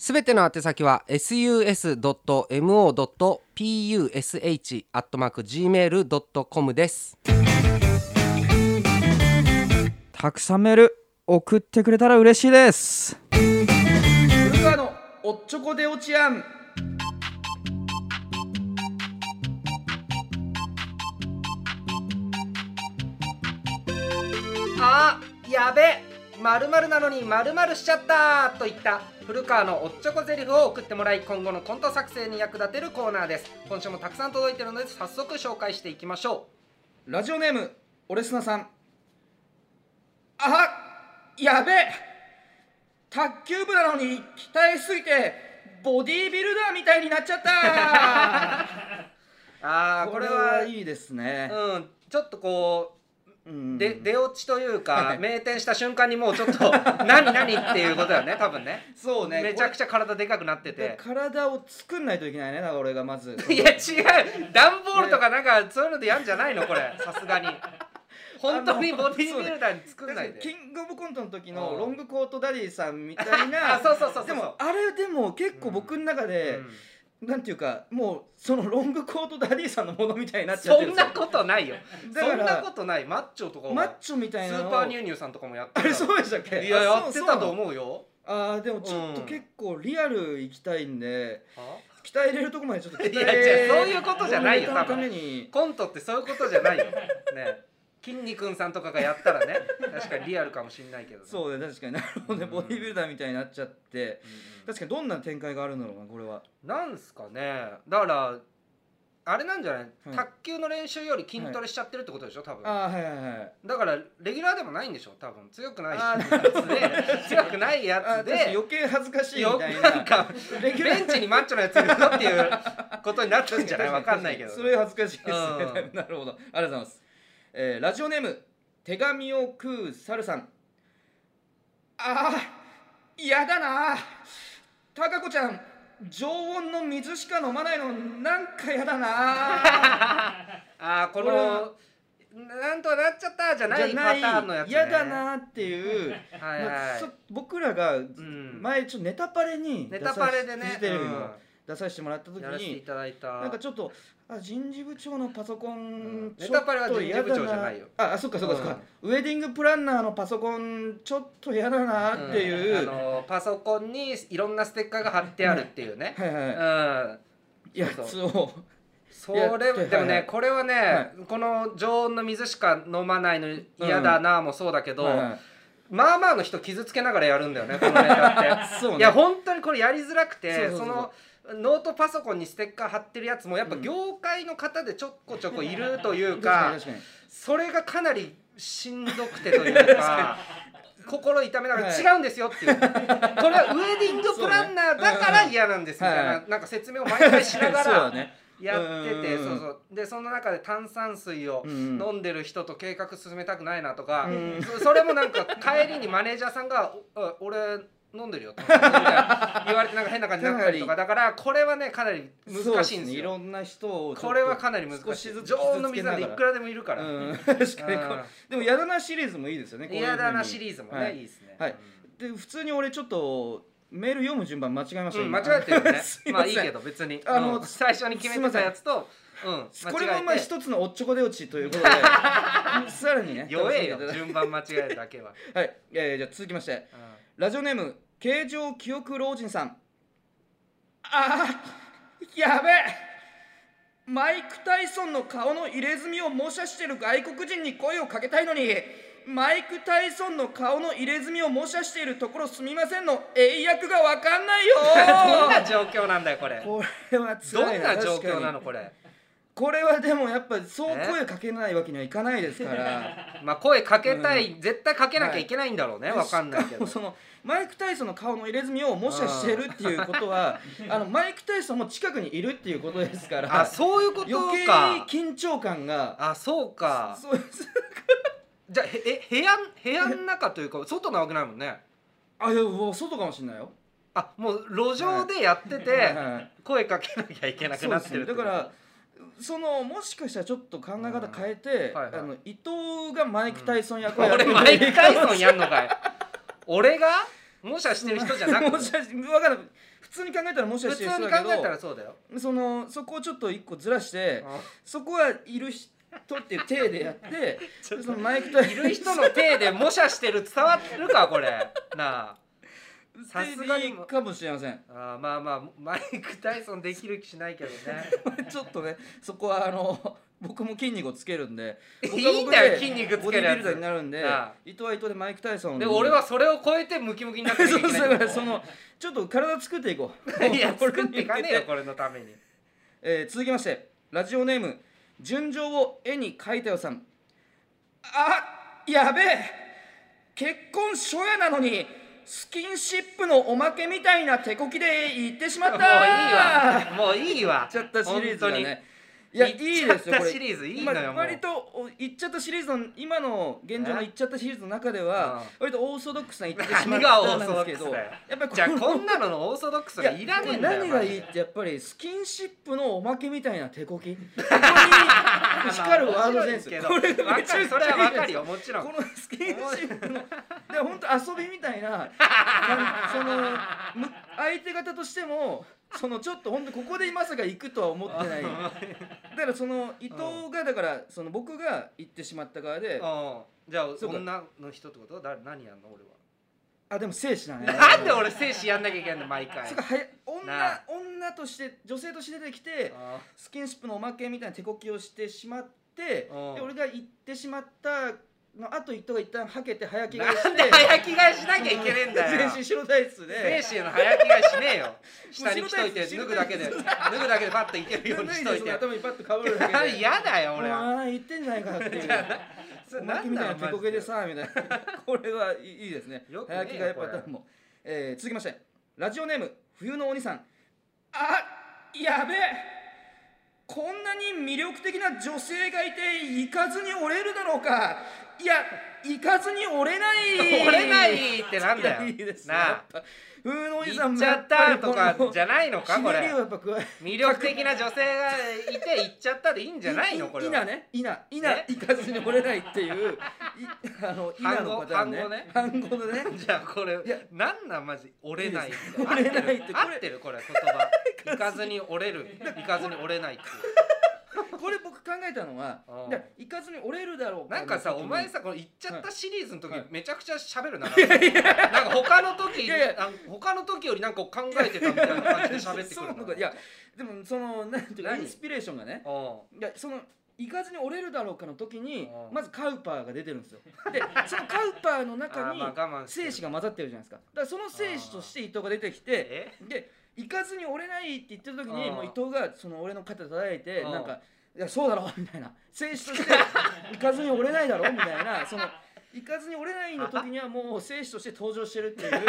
Speaker 1: すべての宛先は sus.mo.push.gmail.com です
Speaker 3: たくさんメール送ってくれたら嬉しいです
Speaker 2: 古川のおっちょこでおちやん
Speaker 1: あーやべまるなのにまるしちゃったといった古川のおっちょこゼリフを送ってもらい今後のコント作成に役立てるコーナーです今週もたくさん届いてるので早速紹介していきましょ
Speaker 2: ラジオネームオレスナさんあやべえ卓球部なのに鍛えすぎてボディービルダーみたいになっちゃった
Speaker 1: うあーこれは
Speaker 2: こいいですね、
Speaker 1: うんちょっとこ
Speaker 2: うん
Speaker 1: うで出落ちという
Speaker 2: は
Speaker 1: か
Speaker 2: い
Speaker 1: 名店した瞬間にもうちょっと 何何っていうことだよね多分ね
Speaker 2: そうね
Speaker 1: めちゃく
Speaker 2: ち
Speaker 1: ちゃ体でかくなってて
Speaker 2: 体を作んないといけないねだから俺がまず
Speaker 1: いや違う段ボールとかなんかそういうのでやんじゃないのこれさす がに本当にボディービルダーに作んないで
Speaker 2: キングオブコントの時の
Speaker 1: うん
Speaker 2: ロングコートダディさんみたい
Speaker 1: あ
Speaker 2: な
Speaker 1: そうそうそうそう
Speaker 2: でもあれでも結構僕の中で、
Speaker 1: うん
Speaker 2: なんていうかもうそのロングコートダディさんのものみたいになっちゃっ
Speaker 1: そ
Speaker 2: てる
Speaker 1: んなことないよ
Speaker 2: だか
Speaker 1: そんな
Speaker 2: ら
Speaker 1: ことないマッチョとかも
Speaker 2: マッチョみたい
Speaker 1: ス
Speaker 2: なの
Speaker 1: ーパーニューニューさんとかもやって
Speaker 2: あ
Speaker 1: た
Speaker 2: れそうでしたっけ
Speaker 1: いや
Speaker 2: あ
Speaker 1: や
Speaker 2: そう
Speaker 1: ってたと
Speaker 2: そうなの
Speaker 1: 思うよ
Speaker 2: あーでもちょっと
Speaker 1: うん
Speaker 2: 結構リアル行きたいんで
Speaker 1: は
Speaker 2: 鍛えれるとこまでちょっと鍛え
Speaker 1: いや違うそういうことじゃないよ
Speaker 2: ネタのために
Speaker 1: コントってそういうことじゃないよね筋肉さんとかがやったらね確かにリアルかもしれないけどね
Speaker 2: そうね確かになるほどね
Speaker 1: うん
Speaker 2: ボディービルダーみたいになっちゃって
Speaker 1: うんうん
Speaker 2: 確かにどんな展開があるんだろうなこれは
Speaker 1: なんすかねだからあれなんじゃない、
Speaker 2: はい
Speaker 1: 卓球の練習より筋トレしちゃってるってことでしょ多分、
Speaker 2: あーはいはいはい
Speaker 1: だからレギュラーでもないんでしょ多分強くない
Speaker 2: あ
Speaker 1: や
Speaker 2: ー
Speaker 1: つで強くないや
Speaker 2: あ
Speaker 1: つ
Speaker 2: 確かに
Speaker 1: で
Speaker 2: 余計恥ずかしいみ
Speaker 1: よ
Speaker 2: たい
Speaker 1: なん
Speaker 2: な
Speaker 1: か
Speaker 2: レギュラ
Speaker 1: ベ
Speaker 2: ー
Speaker 1: ンチにマッチョのやついるぞっていうことになったんじゃ ないわかんないけど
Speaker 2: それ恥ずかしいですね
Speaker 1: うん
Speaker 2: だいぶなるほどありがとうございます、えーラジオネーム手紙を食う猿さんあー嫌だなたかこちゃん常温の水しか飲まないのなんか嫌だな
Speaker 1: ああこ
Speaker 2: これは
Speaker 1: のなんとかなっちゃったじ ゃない
Speaker 2: じゃ
Speaker 1: パ
Speaker 2: ない
Speaker 1: ターンのやつ、ね、
Speaker 2: 嫌だなっていう、
Speaker 1: はい
Speaker 2: ま
Speaker 1: は
Speaker 2: あ
Speaker 1: い
Speaker 2: そ僕らが
Speaker 1: うん
Speaker 2: 前ちょっとネタパレに
Speaker 1: ネタパレで
Speaker 2: 出さ
Speaker 1: ね
Speaker 2: フジテレビ
Speaker 1: うん
Speaker 2: の出させてもらった時
Speaker 1: やらせてい
Speaker 2: に、
Speaker 1: ただいた
Speaker 2: なんかちょっとあ人事部長のパソコ
Speaker 1: ん
Speaker 2: ン、ちょっと
Speaker 1: ネタパレは人事部長じゃないよ
Speaker 2: 嫌だなああそっかそっかそっか、ウェディングプランナーのパソコンちょっと嫌だなっていう、
Speaker 1: んあのパソコンにいろんなステッカーが貼ってあるっていうね、
Speaker 2: はいはい、
Speaker 1: うん、
Speaker 2: やつを
Speaker 1: それ
Speaker 2: いや
Speaker 1: でもね、
Speaker 2: はいはい
Speaker 1: これはね、
Speaker 2: は
Speaker 1: この常温の水しか飲まないの嫌だなもそうだけど、
Speaker 2: はいはい
Speaker 1: まあまあの人傷つけながらやるんだよねこのネタって
Speaker 2: そうね
Speaker 1: いや本当にこれやりづらくて
Speaker 2: そうそう
Speaker 1: そ
Speaker 2: そう
Speaker 1: のノートパソコンにステッカー貼ってるやつもやっぱ
Speaker 2: うん
Speaker 1: 業界の方でちょこちょこいるという
Speaker 2: 確か
Speaker 1: か、
Speaker 2: に確かに
Speaker 1: それがかなりしんどくてと いうか心痛めながら
Speaker 2: はい
Speaker 1: 違うんですよっていう、これはウェディングプランナーだから嫌なんですみたいな、
Speaker 2: は
Speaker 1: なんか説明を毎回しなが
Speaker 2: そうだ
Speaker 1: ら
Speaker 2: ね
Speaker 1: やってて
Speaker 2: うん
Speaker 1: そうそうでその中で炭酸水を
Speaker 2: うん
Speaker 1: 飲んでる人と計画進めたくないなとか、
Speaker 2: うん
Speaker 1: そそれもなんか帰りにマネージャーさんが「おあ俺飲んでるよ」みたいな言われてなんか変な感じになったりと かだからこれはねかなり難しいんです
Speaker 2: ねい
Speaker 1: よ。
Speaker 2: ろんな人をちょっと
Speaker 1: これはかなり難しい
Speaker 2: 少しずつ
Speaker 1: 常温の水なんてい
Speaker 2: 傷つ
Speaker 1: く
Speaker 2: け
Speaker 1: らでもいるから、
Speaker 2: うん、確かにこれ
Speaker 1: うん
Speaker 2: でも「やだな」シリーズもいいですよねこういうふうに
Speaker 1: 嫌だなシリーズもね、、
Speaker 2: はいい
Speaker 1: いですね。
Speaker 2: はいで普通に俺ちょっとメール読む順番間違えました
Speaker 1: うん、
Speaker 2: よ今
Speaker 1: 間違えてるよね
Speaker 2: す。い
Speaker 1: ま
Speaker 2: ま
Speaker 1: あ
Speaker 2: せ
Speaker 1: い
Speaker 2: ん
Speaker 1: いけど別にあ
Speaker 2: あ
Speaker 1: の、
Speaker 2: の
Speaker 1: うん最初に決めてたやつと、うん、
Speaker 2: これもま
Speaker 1: 間
Speaker 2: あ
Speaker 1: 違えて
Speaker 2: 一つのおっちょこで落ちということで さらにね
Speaker 1: 弱えよ
Speaker 2: 楽しんでいただい
Speaker 1: 順番間違えるだ けは。
Speaker 2: てはい、えー、じゃあ続きまして
Speaker 1: うん
Speaker 2: ラジオネーム形状記憶老人さんあーやべえマイク・タイソンの顔の入れ墨を模写してる外国人に声をかけたいのにマイク・タイソンの顔の入れ墨を模写しているところすみませんの英訳がわかんないよ
Speaker 1: どんな状況なんだよこれ。
Speaker 2: これは辛
Speaker 1: ど
Speaker 2: い
Speaker 1: んな状況な
Speaker 2: 確か
Speaker 1: の
Speaker 2: に
Speaker 1: これ。
Speaker 2: これはでもやっぱそう声かけないわけにはいかないですから
Speaker 1: まあ声かけたい、絶対かけなきゃいけないんだろう ね、わかんないけ
Speaker 2: しか
Speaker 1: ど。
Speaker 2: もそのマイク・タイソンの顔の入れ墨を模写してるっていうことはあのマイク・タイソンも近くにいるっていうことですから
Speaker 1: あそういうこと
Speaker 2: 余計に
Speaker 1: か。
Speaker 2: 緊張感が
Speaker 1: あそうか。
Speaker 2: そうです
Speaker 1: じゃあへえ部屋部屋の中という か外なわけないもんね。
Speaker 2: あいやもう外かもしれないよ
Speaker 1: あもう路上でやってて、
Speaker 2: はいはい
Speaker 1: 声かけなきゃいけなく
Speaker 2: そう
Speaker 1: な
Speaker 2: で
Speaker 1: っ
Speaker 2: す
Speaker 1: てる
Speaker 2: ね
Speaker 1: って
Speaker 2: だ
Speaker 1: こと
Speaker 2: からそのもしかしたらちょっと考え方変えて、
Speaker 1: うんはいはい
Speaker 2: あの伊藤がマイク・タイソン役をや
Speaker 1: 俺
Speaker 2: る
Speaker 1: マイク・タイソンやんのかい俺が模写してる人じゃなく
Speaker 2: も
Speaker 1: て
Speaker 2: しかしわかんない普通に考えたらもしか
Speaker 1: 普
Speaker 2: して
Speaker 1: 通
Speaker 2: る人
Speaker 1: に考
Speaker 2: だけ
Speaker 1: えたら
Speaker 2: ど
Speaker 1: そうだよ
Speaker 2: そのそこをちょっと一個ずらして
Speaker 1: う
Speaker 2: そこはいる人っていう体でやって
Speaker 1: ちょっと
Speaker 2: そのマイクと
Speaker 1: んいる人の体で模写してる伝わってるかこれなあさすがに
Speaker 2: でいいかもしれません
Speaker 1: あーまあまあマイク・タイソンできる気しないけどね
Speaker 2: ちょっとねそこはあの 僕も筋肉をつけるんで
Speaker 1: い
Speaker 2: 僕は僕で
Speaker 1: いんだよ筋肉つける
Speaker 2: ボディー
Speaker 1: や
Speaker 2: ビルダーに
Speaker 1: つ
Speaker 2: なるんで
Speaker 1: ああ
Speaker 2: 伊藤は伊藤でマイク・タイソン
Speaker 1: で俺はそれを超えてムキムキになって
Speaker 2: そう
Speaker 1: なきゃい
Speaker 2: そ
Speaker 1: け
Speaker 2: う
Speaker 1: ない
Speaker 2: だからそのちょっと体作っていこ う
Speaker 1: いや
Speaker 2: これ
Speaker 1: 作っていかねえよこれの ために
Speaker 2: えー続きましてラジオネーム「純情を絵に描いたよ」さんあやべえ結婚初夜なのにスキンシップのおまけみたいな手こきで言ってしま
Speaker 1: も うい
Speaker 2: っ
Speaker 1: い
Speaker 2: た
Speaker 1: わもういいわ
Speaker 2: 言っちゃったシリーズだ
Speaker 1: 本
Speaker 2: ねいやいい
Speaker 1: 言
Speaker 2: で
Speaker 1: っ
Speaker 2: す
Speaker 1: ち
Speaker 2: よ
Speaker 1: ゃっ
Speaker 2: こ
Speaker 1: た
Speaker 2: れ
Speaker 1: シリーズいいの
Speaker 2: ま
Speaker 1: よ
Speaker 2: あ
Speaker 1: もう
Speaker 2: 割とお言っちゃったシリーズの今の現状の
Speaker 1: え
Speaker 2: 言っちゃったシリーズの中では
Speaker 1: うん
Speaker 2: 割とオーソドックスな言ってしまっ
Speaker 1: 何がオ
Speaker 2: た
Speaker 1: ー
Speaker 2: ん
Speaker 1: ソ
Speaker 2: で
Speaker 1: ドック
Speaker 2: すけ
Speaker 1: ス
Speaker 2: ど
Speaker 1: だ
Speaker 2: や
Speaker 1: よ
Speaker 2: っぱり
Speaker 1: じゃあこ
Speaker 2: の
Speaker 1: んなののオーソドックスがいらねえんだよ
Speaker 2: 何がいいってやっぱりスキンシップのおまけみたいな手 こきここに光るワードセンス
Speaker 1: けど
Speaker 2: これ
Speaker 1: わ
Speaker 2: めち
Speaker 1: か
Speaker 2: ゃ
Speaker 1: る
Speaker 2: くち
Speaker 1: それは
Speaker 2: ゃ
Speaker 1: わ
Speaker 2: いいで
Speaker 1: か
Speaker 2: す
Speaker 1: るよもちろん
Speaker 2: このスキンシップので本当遊びみたいな感そのむ相手方としてもそのちょっと本当ここでまさか行くとは思ってないだからその伊藤がだからその僕が行ってしまった側で
Speaker 1: うんじゃあ
Speaker 2: そうか
Speaker 1: 女の人ってこと誰何やんの俺は
Speaker 2: あでも精子だね
Speaker 1: なんで俺精子やんなきゃいけないの毎回
Speaker 2: そっかはや
Speaker 1: なあ
Speaker 2: 女女として女性として出てきて
Speaker 1: あ
Speaker 2: スキンシップのおまけみたいな手こきをしてしまって
Speaker 1: うん
Speaker 2: で俺が行ってしまったのあと一頭が一旦はけて早着替え
Speaker 1: な
Speaker 2: し
Speaker 1: んで
Speaker 2: て
Speaker 1: 早着替えしなきゃいけねえんだよ
Speaker 2: 全身白タイツ
Speaker 1: 精
Speaker 2: で
Speaker 1: 子への早着替えしねえよ下
Speaker 2: 白
Speaker 1: に着といて
Speaker 2: タイツ
Speaker 1: 脱ぐだけで脱ぐだけでパッといけるようにしといて
Speaker 2: 脱でその頭にパッとかぶる だけで
Speaker 1: 嫌だよ俺は
Speaker 2: ああ言ってんじゃないかって いう
Speaker 1: それ
Speaker 2: おまけみたいな
Speaker 1: なんだ
Speaker 2: 手
Speaker 1: ろう
Speaker 2: こけでさみたいな これはいいいいですね
Speaker 1: よくね
Speaker 2: 早着替えパターンも、えー続きましてラジオネーム冬の鬼さんあやべえこんなに魅力的な女性がいて行かずに折れるだろうかいや行かずに折れ ない
Speaker 1: 折れないってなんだよ
Speaker 2: いやいいですね
Speaker 1: な
Speaker 2: や
Speaker 1: あ
Speaker 2: っぱ冬の鬼さ
Speaker 1: 行っ
Speaker 2: んも
Speaker 1: ち
Speaker 2: や
Speaker 1: ゃ
Speaker 2: っ
Speaker 1: っ
Speaker 2: ぱ
Speaker 1: た
Speaker 2: りことの
Speaker 1: かじゃないのか
Speaker 2: ひ
Speaker 1: こ
Speaker 2: ねりをや
Speaker 1: れ
Speaker 2: っぱ加え
Speaker 1: 魅力的な女性がいて行っちゃったでいいんじゃないのこれ
Speaker 2: 稲
Speaker 1: は
Speaker 2: ね稲稲
Speaker 1: え
Speaker 2: 行かずに折れないっていういあの稲のパターンね
Speaker 1: 反
Speaker 2: 反語でね
Speaker 1: じゃあこれ
Speaker 2: いや
Speaker 1: なんなんマジ折れないって
Speaker 2: 折れないって
Speaker 1: 合
Speaker 2: こ
Speaker 1: っ
Speaker 2: れ
Speaker 1: てるこれ言葉行かずに折れる行かずに折れないっていう
Speaker 2: これ僕考えたのは
Speaker 1: うん
Speaker 2: いや行かずに折れるだろう
Speaker 1: なんかさ
Speaker 2: の時
Speaker 1: お
Speaker 2: に
Speaker 1: 前さこの行っちゃったシリーズの時、
Speaker 2: はい
Speaker 1: めちゃくちゃ喋るななんか他の時
Speaker 2: いやいや
Speaker 1: なんか他の時よりなんか考えてたみたいな感じで喋ってく
Speaker 2: そう
Speaker 1: る
Speaker 2: な
Speaker 1: な
Speaker 2: のかいやでもそのなんていうか
Speaker 1: 何
Speaker 2: インスピレーションがね
Speaker 1: うん
Speaker 2: いやその行かずに折れるだろうかの時に
Speaker 1: うん
Speaker 2: まずカウパーが出てるんです よでそのカウパーの中
Speaker 1: あ
Speaker 2: に
Speaker 1: まあ我慢して
Speaker 2: 精子が混ざってるじゃないですかだからその精子として伊藤が出てきて
Speaker 1: え
Speaker 2: で行かずに俺ないって言ってる時に
Speaker 1: うん
Speaker 2: もう伊藤がその俺の肩叩いて
Speaker 1: うん
Speaker 2: なんか「いやそうだろ」 みたいな選手として行かずに俺ないだろみたいなその行かずに俺ないの時にはもう選手として登場してるっていう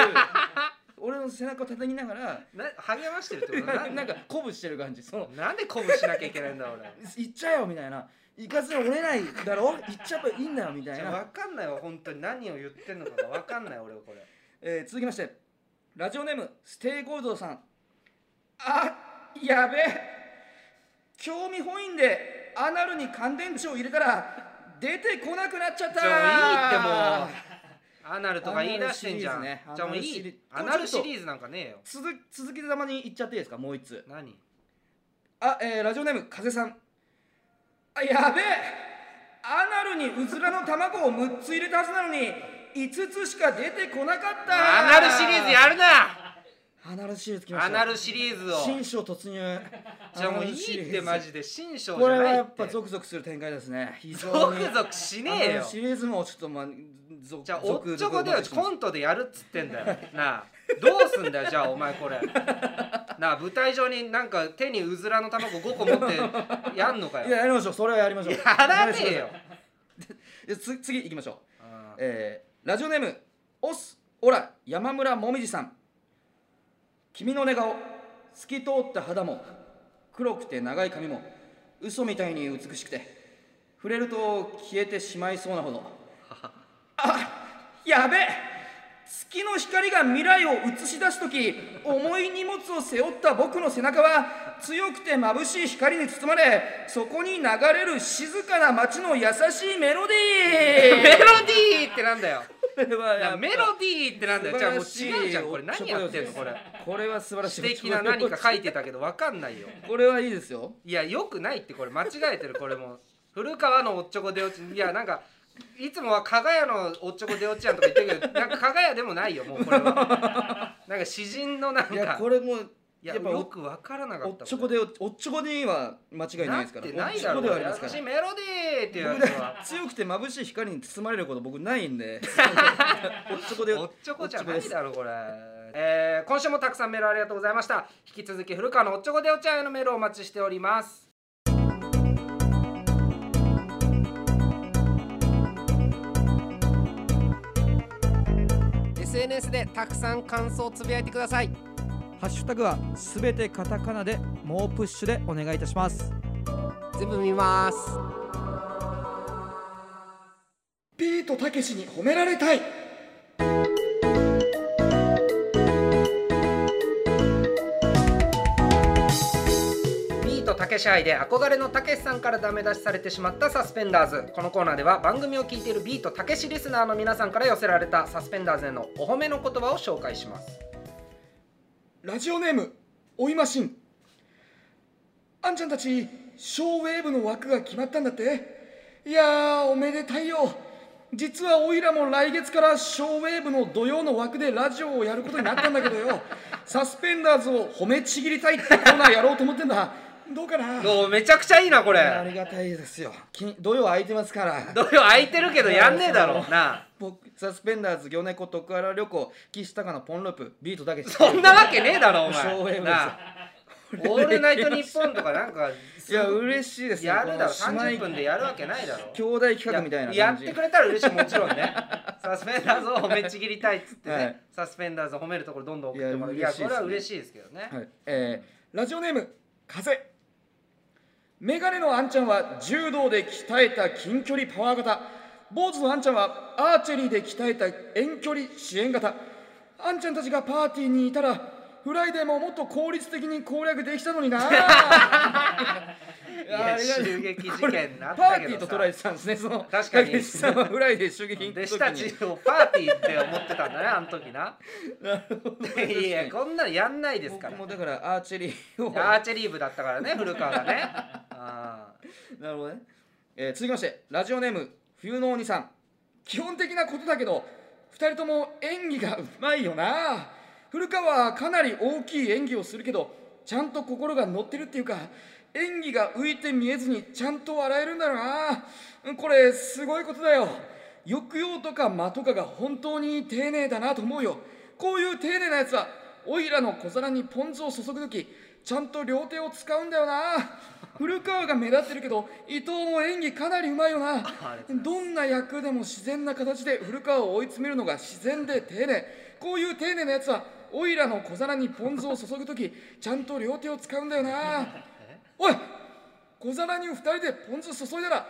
Speaker 2: 俺の背中を叩きながら
Speaker 1: な励ましてるってこと
Speaker 2: な
Speaker 1: なんんな
Speaker 2: な
Speaker 1: ん
Speaker 2: か鼓舞してる感じ その
Speaker 1: なんで鼓舞しなきゃいけないんだ俺
Speaker 2: 「行っちゃえよ」みたいな「行かずに俺ないだろ行っちゃえばいいんだよ」みたい
Speaker 1: じゃ
Speaker 2: な
Speaker 1: 分かんないわ本当に何を言ってんのかが分かんない俺はこれ
Speaker 2: えー続きましてラジオネームステイゴールドさんあやべえ興味本位でアナルに乾電池を入れたら出てこなくなっちゃった
Speaker 1: じゃあもういいってアナルとか言い出してんじゃん、
Speaker 2: アナルシリーズね
Speaker 1: じゃあもうい
Speaker 2: アナルシ
Speaker 1: い
Speaker 2: リーズ
Speaker 1: アナルシリーズなんかねえよ
Speaker 2: 続続きざまに言っちゃっていいですかもう一つ
Speaker 1: 何
Speaker 2: あ、えーラジオネーム風さんあやべえアナルにうずらの卵を6つ入れたはずなのに5つしか出てこなかった
Speaker 1: アナルシリーズやるな
Speaker 2: アナルシリーズ来ました
Speaker 1: アナルシリーズを
Speaker 2: 新章突入
Speaker 1: じゃあもうい
Speaker 2: シリー
Speaker 1: い
Speaker 2: ズ
Speaker 1: ってマジで新章じ
Speaker 2: こ
Speaker 1: ゃ
Speaker 2: れは
Speaker 1: ない
Speaker 2: や
Speaker 1: っ
Speaker 2: ってぱゾクゾクする展開ですね非常
Speaker 1: ゾ
Speaker 2: に
Speaker 1: クゾクしねえ
Speaker 2: あ
Speaker 1: よ
Speaker 2: のシリーズもちょっとまあゾ
Speaker 1: じゃあおっちょこで
Speaker 2: ゾ
Speaker 1: は
Speaker 2: クゾク
Speaker 1: コントでやるっつってんだよなあどうすんだよじゃあお前これなあ舞台上になんか手にうずらの卵5個持ってやんのか
Speaker 2: い
Speaker 1: よ
Speaker 2: や
Speaker 1: や
Speaker 2: やりましょうそれはやりましょう
Speaker 1: らねえよ
Speaker 2: でつ次行きましょう、
Speaker 1: あー
Speaker 2: えーラジオネームオスオラ山村もみじさん君の寝顔透き通った肌も黒くて長い髪も嘘みたいに美しくて触れると消えてしまいそうなほどあやべえ月の光が未来を映し出す時重い荷物を背負った僕の背中は強くて眩しい光に包まれそこに流れる静かな街の優しいメロディ ー
Speaker 1: メロディーってなんだよ
Speaker 2: これはやっぱ
Speaker 1: メロディーってなんだよじゃあもう
Speaker 2: 素晴らしい
Speaker 1: 違うじゃんこれ何やってんのこれ
Speaker 2: これは素晴らしい
Speaker 1: 詩的な何か書いてたけどわかんないよ
Speaker 2: これはいいですよ
Speaker 1: いやよくないってこれ間違えてるこれも古川のおっちょこ出落ちいやなんかいつもは加賀屋のおっちょこ出落ちやんとか言ってるけどなんか加賀屋でもないよもうこれはなんか詩人のなんか
Speaker 2: い
Speaker 1: い
Speaker 2: や
Speaker 1: や
Speaker 2: これもやっぱ
Speaker 1: よくわからなか
Speaker 2: お
Speaker 1: っ
Speaker 2: ったちょこでおっちょこには間違いない
Speaker 1: な
Speaker 2: で
Speaker 1: っ
Speaker 2: すから
Speaker 1: てないだ
Speaker 2: おっちょこ
Speaker 1: ろ
Speaker 2: で
Speaker 1: う
Speaker 2: はありますから
Speaker 1: 私メロディーっていうやつは
Speaker 2: 強くて眩しい光に包まれること僕ないん でおっちょこで
Speaker 1: おっちょこじゃな
Speaker 2: おっち
Speaker 1: いだろこれ、えー、今週もたくさんメールありがとうございました引き続き古川のおっちょこでお茶へのメールをお待ちしておりますでたくさん感想をつぶやいてください
Speaker 3: ハッシュタグはすべてカタカナで猛プッシュでお願いいたします
Speaker 1: 全部見ます
Speaker 2: ピートたけしに褒められたい
Speaker 1: ビートたけし愛で憧れのたけしさんからダメ出しされてしまったサスペンダーズこのコーナーでは番組を聞いているビートたけしリスナーの皆さんから寄せられたサスペンダーズへのお褒めの言葉を紹介します
Speaker 2: ラジオネームおいましんあんちゃんたちショーウェーブの枠が決まったんだっていやーおめでたいよ実はおいらも来月からショーウェーブの土曜の枠でラジオをやることになったんだけど よサスペンダーズを褒めちぎりたいってコーナーやろうと思ってんだどうかな
Speaker 1: おめちゃくちゃいいなこ
Speaker 2: あ
Speaker 1: れ
Speaker 2: りがたいですよ金土曜空いてますから
Speaker 1: 土曜空いてるけどやんねえだろうな
Speaker 2: 僕サスペンダーズ魚猫徳原旅行岸高のポンループビートだけ
Speaker 1: そんなわけねえだろお
Speaker 2: ショーウェー
Speaker 1: 前
Speaker 2: ブです
Speaker 1: なあオールナイトニッポンとかなんか
Speaker 2: いや嬉しいですね
Speaker 1: やるだろ
Speaker 2: この
Speaker 1: 30
Speaker 2: 姉妹
Speaker 1: 分でやるわけないだろ
Speaker 2: 兄弟企画みたいな感じ
Speaker 1: ややってくれたら嬉しいもちろんねサスペンダーズを褒めちぎりたいっつってね、
Speaker 2: はい
Speaker 1: サスペンダーズを褒めるところどんどん送ってもらうい
Speaker 2: い
Speaker 1: や
Speaker 2: や嬉しいで
Speaker 1: こ
Speaker 2: すね
Speaker 1: れは嬉しいですけどね、
Speaker 2: はいえーラジオネーム風メガネのあんちゃんは柔道で鍛えた近距離パワー型坊主のあんちゃんはアーチェリーで鍛えた遠距離支援型あんちゃんたちがパーティーにいたらフライデーももっと効率的に攻略できたの にない
Speaker 1: いや
Speaker 2: ありがとう
Speaker 1: 襲撃事件あっ
Speaker 2: パ
Speaker 1: た
Speaker 2: ー
Speaker 1: け
Speaker 2: ティー
Speaker 1: ど
Speaker 2: と
Speaker 1: さ
Speaker 2: 捉えてたんですねその
Speaker 1: 確 かに
Speaker 2: 竹内さんはフライデー襲撃の時
Speaker 1: 弟
Speaker 2: に
Speaker 1: 子たちをパーティーって思ってたんだねあの時な いやこんなのやんないですから
Speaker 2: 僕もだからアーチェリーを
Speaker 1: アーチェリー部だったからね古川がねあー
Speaker 2: なるほどね、えー続きましてラジオネーム冬の鬼さん基本的なことだけど2人とも演技がうまいよな古川はかなり大きい演技をするけどちゃんと心が乗ってるっていうか演技が浮いて見えずにちゃんと笑えるんだろうなうんこれすごいことだよ抑揚とか間とかが本当に丁寧だなと思うよこういう丁寧なやつはおいらの小皿にポン酢を注ぐ時ちゃんと両手を使うんだよな古川が目立ってるけど伊藤も演技かなりうまいよ
Speaker 1: あ
Speaker 2: な
Speaker 1: りがとうございます
Speaker 2: どんな役でも自然な形で古川を追い詰めるのが自然で丁寧こういう丁寧なやつはおいらの小皿にポン酢を注ぐ時ちゃんと両手を使うんだよ なおい小皿に2人でポン酢注いだら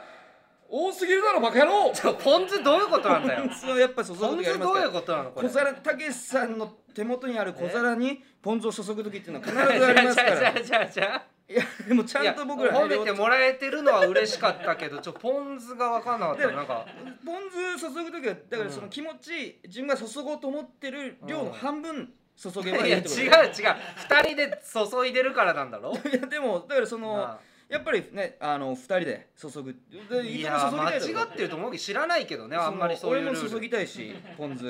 Speaker 2: 多すぎるだろバカ野 郎
Speaker 1: ちょポン酢どういうことなんだよ
Speaker 2: 酢はやっぱ注ぐ
Speaker 1: ポン
Speaker 2: 時あり
Speaker 1: 酢
Speaker 2: ま
Speaker 1: どう
Speaker 2: すか
Speaker 1: いう
Speaker 2: ら
Speaker 1: ことなのこれ
Speaker 2: 小皿たけしさんの手元にある小皿にポン酢を注ぐ時っていうのは必ずあります から
Speaker 1: じゃあじゃあじゃあじゃあ
Speaker 2: いやでもちゃんと僕ら
Speaker 1: いや褒め
Speaker 2: 両手
Speaker 1: てもらえてるのは嬉しかったけどちょポン酢が分かんなかったなんか
Speaker 2: ポン酢注ぐ時はだからその気持ちいい自分が注ごうと思ってる量の半分注げばい
Speaker 1: い
Speaker 2: い
Speaker 1: や違う違
Speaker 2: っ
Speaker 1: う
Speaker 2: てことだよ
Speaker 1: 2人で注いでるからなんだ ろ
Speaker 2: いやでもだからその
Speaker 1: なあ
Speaker 2: やっぱりねあの2人で注ぐで
Speaker 1: い
Speaker 2: いつ
Speaker 1: や
Speaker 2: も注ぎ
Speaker 1: 間
Speaker 2: たい
Speaker 1: 違
Speaker 2: だろ
Speaker 1: ってると思うけど知らないけどねあんまりそういうル
Speaker 2: 俺も
Speaker 1: ー
Speaker 2: 注ぎ
Speaker 1: ル
Speaker 2: たいしポン酢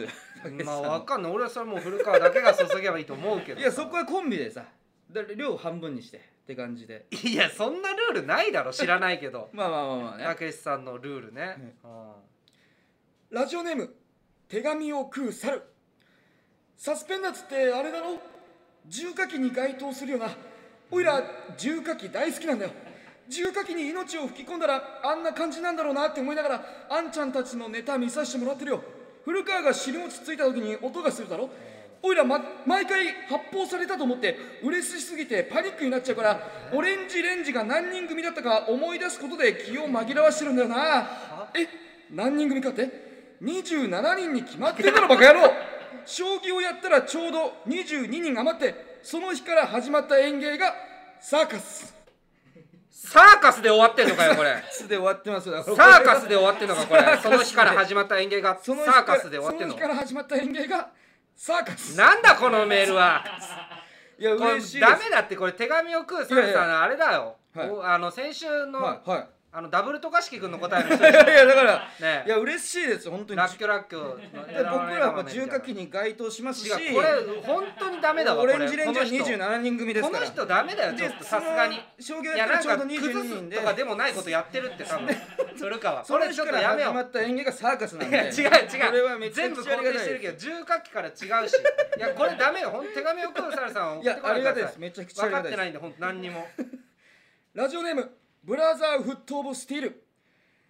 Speaker 1: まあわかんない俺はそれもう古川だけが注げばいいと思うけど
Speaker 2: いやそこはコンビでさだから量半分にしてって感じで
Speaker 1: いやそんなルールないだろ知らないけど
Speaker 2: まあまあまあまあ ね
Speaker 1: たけしさんのルールね、うん
Speaker 2: ラジオネーム手紙を食う猿サスペンダーズってあれだろ重火器に該当するよなおいら重火器大好きなんだよ重火器に命を吹き込んだらあんな感じなんだろうなって思いながらあんちゃんたちのネタ見させてもらってるよ古川が尻餅ついた時に音がするだろおいら、ま、毎回発砲されたと思って嬉しすぎてパニックになっちゃうからオレンジレンジが何人組だったか思い出すことで気を紛らわしてるんだよなえ何人組かって27人に決まってるだろバカ野郎将棋をやったらちょうど22人余ってその日から始まった演芸がサーカス
Speaker 1: サーカスで終わってんのかよこ れ
Speaker 2: スで終わってますサ
Speaker 1: サーカスで終わってんのか これ
Speaker 2: サーカス
Speaker 1: そ
Speaker 2: で
Speaker 1: の日から始まった演芸がサ
Speaker 2: その日
Speaker 1: ー
Speaker 2: か
Speaker 1: カ
Speaker 2: ら
Speaker 1: スで終わってんの
Speaker 2: その日から始まった演芸がサーカス
Speaker 1: なんだこのメールは
Speaker 2: いや
Speaker 1: これ
Speaker 2: 嬉しいです
Speaker 1: ダメだってこれ手紙を食うサルさ
Speaker 2: いやい
Speaker 1: んあれだよ、
Speaker 2: はい
Speaker 1: おあの先週の,、
Speaker 2: はいは
Speaker 1: あのダブル渡嘉敷君の答えの人
Speaker 2: い い
Speaker 1: でしょ
Speaker 2: やいやだから
Speaker 1: ね
Speaker 2: いや嬉しいです本当に
Speaker 1: ラッキョラッキョの
Speaker 2: で僕らはやっぱ重火器に該当しますし
Speaker 1: 違うこれ本当にダメだわ
Speaker 2: オレンジレンジ
Speaker 1: こ
Speaker 2: は
Speaker 1: の人
Speaker 2: 27人組です
Speaker 1: こ
Speaker 2: か
Speaker 1: の
Speaker 2: ら
Speaker 1: 人ダメだよちょっとさすがに
Speaker 2: 将
Speaker 1: い
Speaker 2: 棋や
Speaker 1: やなん
Speaker 2: ったらちょう
Speaker 1: か
Speaker 2: ど
Speaker 1: 崩
Speaker 2: 22
Speaker 1: す
Speaker 2: 人で
Speaker 1: とかでもないことやってるって多分 鶴川
Speaker 2: そ
Speaker 1: そ
Speaker 2: れ
Speaker 1: れ
Speaker 2: ち
Speaker 1: ち
Speaker 2: ょ
Speaker 1: ょ
Speaker 2: っ
Speaker 1: っ
Speaker 2: と
Speaker 1: と
Speaker 2: や
Speaker 1: や
Speaker 2: め
Speaker 1: め
Speaker 2: よ
Speaker 1: よ
Speaker 2: う。
Speaker 1: う
Speaker 2: 始まった演芸がサーカスなん
Speaker 1: いや違
Speaker 2: で。
Speaker 1: う
Speaker 2: これは
Speaker 1: 違
Speaker 2: め
Speaker 1: う
Speaker 2: ちゃ
Speaker 1: 全
Speaker 2: く
Speaker 1: 部
Speaker 2: ちゃあ
Speaker 1: 肯定
Speaker 2: りがた
Speaker 1: し
Speaker 2: い
Speaker 1: てる
Speaker 2: で
Speaker 1: けど重火器から違うしいやこれダメよほんと手紙をくるサルさん
Speaker 2: す。
Speaker 1: 送
Speaker 2: い
Speaker 1: っ
Speaker 2: や
Speaker 1: てこ
Speaker 2: あ
Speaker 1: ない
Speaker 2: り
Speaker 1: でく
Speaker 2: がたい
Speaker 1: だ
Speaker 2: で
Speaker 1: さ
Speaker 2: す。
Speaker 1: い
Speaker 2: めちゃくちゃあ
Speaker 1: 分か
Speaker 2: りが
Speaker 1: ったてな
Speaker 2: いです。
Speaker 1: いんで本当何にも
Speaker 2: ラジオネームブラザーフットオブスティール。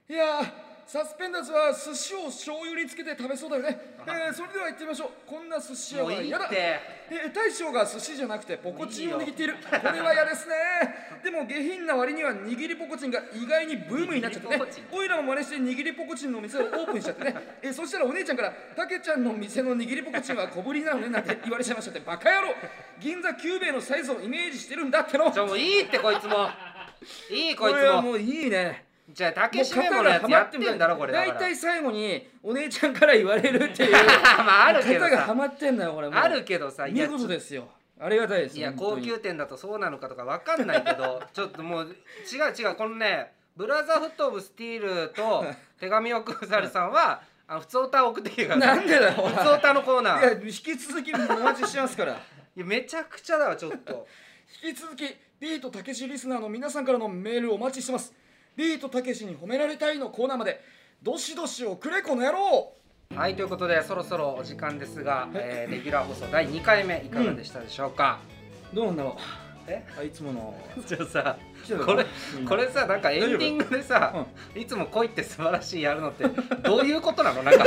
Speaker 2: いやーサスペンダーズは寿司を醤油につけて食べそうだよね。えー、それでは行ってみましょう。こんな寿司屋
Speaker 1: もう
Speaker 2: はい
Speaker 1: いっ
Speaker 2: 嫌だ。
Speaker 1: て
Speaker 2: え大将が寿司じゃなくてポコチンを握っているこれは嫌ですねでも下品な割には握りポコチンが意外にブームになっちゃってね
Speaker 1: 握りポコチン
Speaker 2: おいらも真似して握りポコチンのお店をオープンしちゃ ってねえそしたらお姉ちゃんから「たけちゃんの店の握りポコチンは小ぶりなのね」なんて言われちゃいましたってバカ野郎銀座久兵衛のサイズをイメージしてるんだっての
Speaker 1: じゃもういいってこいつもいいこい
Speaker 2: れは
Speaker 1: つ
Speaker 2: も
Speaker 1: も
Speaker 2: ういいね
Speaker 1: じゃあ竹締め
Speaker 2: も
Speaker 1: も
Speaker 2: う
Speaker 1: の
Speaker 2: 肩
Speaker 1: や
Speaker 2: がは
Speaker 1: つ
Speaker 2: ま
Speaker 1: や
Speaker 2: っ
Speaker 1: ってて
Speaker 2: る
Speaker 1: んだろこれだ
Speaker 2: 大
Speaker 1: から
Speaker 2: 体最後にお姉ちゃんから言われるって いう
Speaker 1: まああるけど
Speaker 2: 肩がは
Speaker 1: さ
Speaker 2: まってんだよこれもう
Speaker 1: あるけどさい
Speaker 2: 見
Speaker 1: や
Speaker 2: 事ですよありがたいです
Speaker 1: いや
Speaker 2: 本当
Speaker 1: 高
Speaker 2: に
Speaker 1: 級店だとそうなのかとかわかんないけ どちょっともう違う違うこのねブラザーフット・オブ・スティールと手紙をくざるさんはあの普通歌を送ってきてくださ
Speaker 2: な
Speaker 1: い
Speaker 2: んでだよ。
Speaker 1: 普通歌のコーナ
Speaker 2: いや
Speaker 1: ーい
Speaker 2: 引き続きお待ちしてますから。
Speaker 1: やめちゃくちゃだわちょっ と
Speaker 2: 引き続きビートたけしリスナーの皆さんからのメールをお待ちしてます。ビートたけしに褒められたいのコーナーまでどしどしをくれこの野郎。
Speaker 1: はいということでそろそろお時間ですが、えーレギュラー放送第2回目いかがでしたでしょう か、
Speaker 2: どうなんだろう。
Speaker 1: え
Speaker 2: あいつもの。
Speaker 1: じゃあさこれこれさなんかエンディングでさ、いつも恋って素晴らしいやるのってどういうことなのなんか